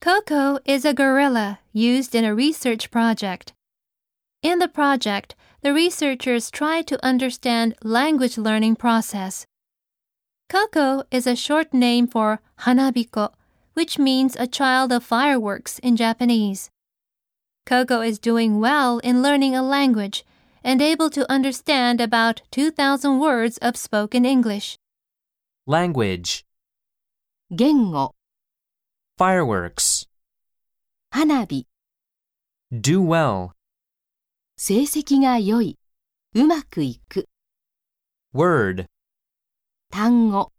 Coco is a gorilla used in a research project. In the project, the researchers try to understand language learning process. Coco is a short name for hanabiko, which means a child of fireworks in Japanese. Coco is doing well in learning a language and able to understand about 2,000 words of spoken English. Language. 言語、 Fireworks. 花火、 Do well. 成績が良い、うまくいく、 Word. 単語。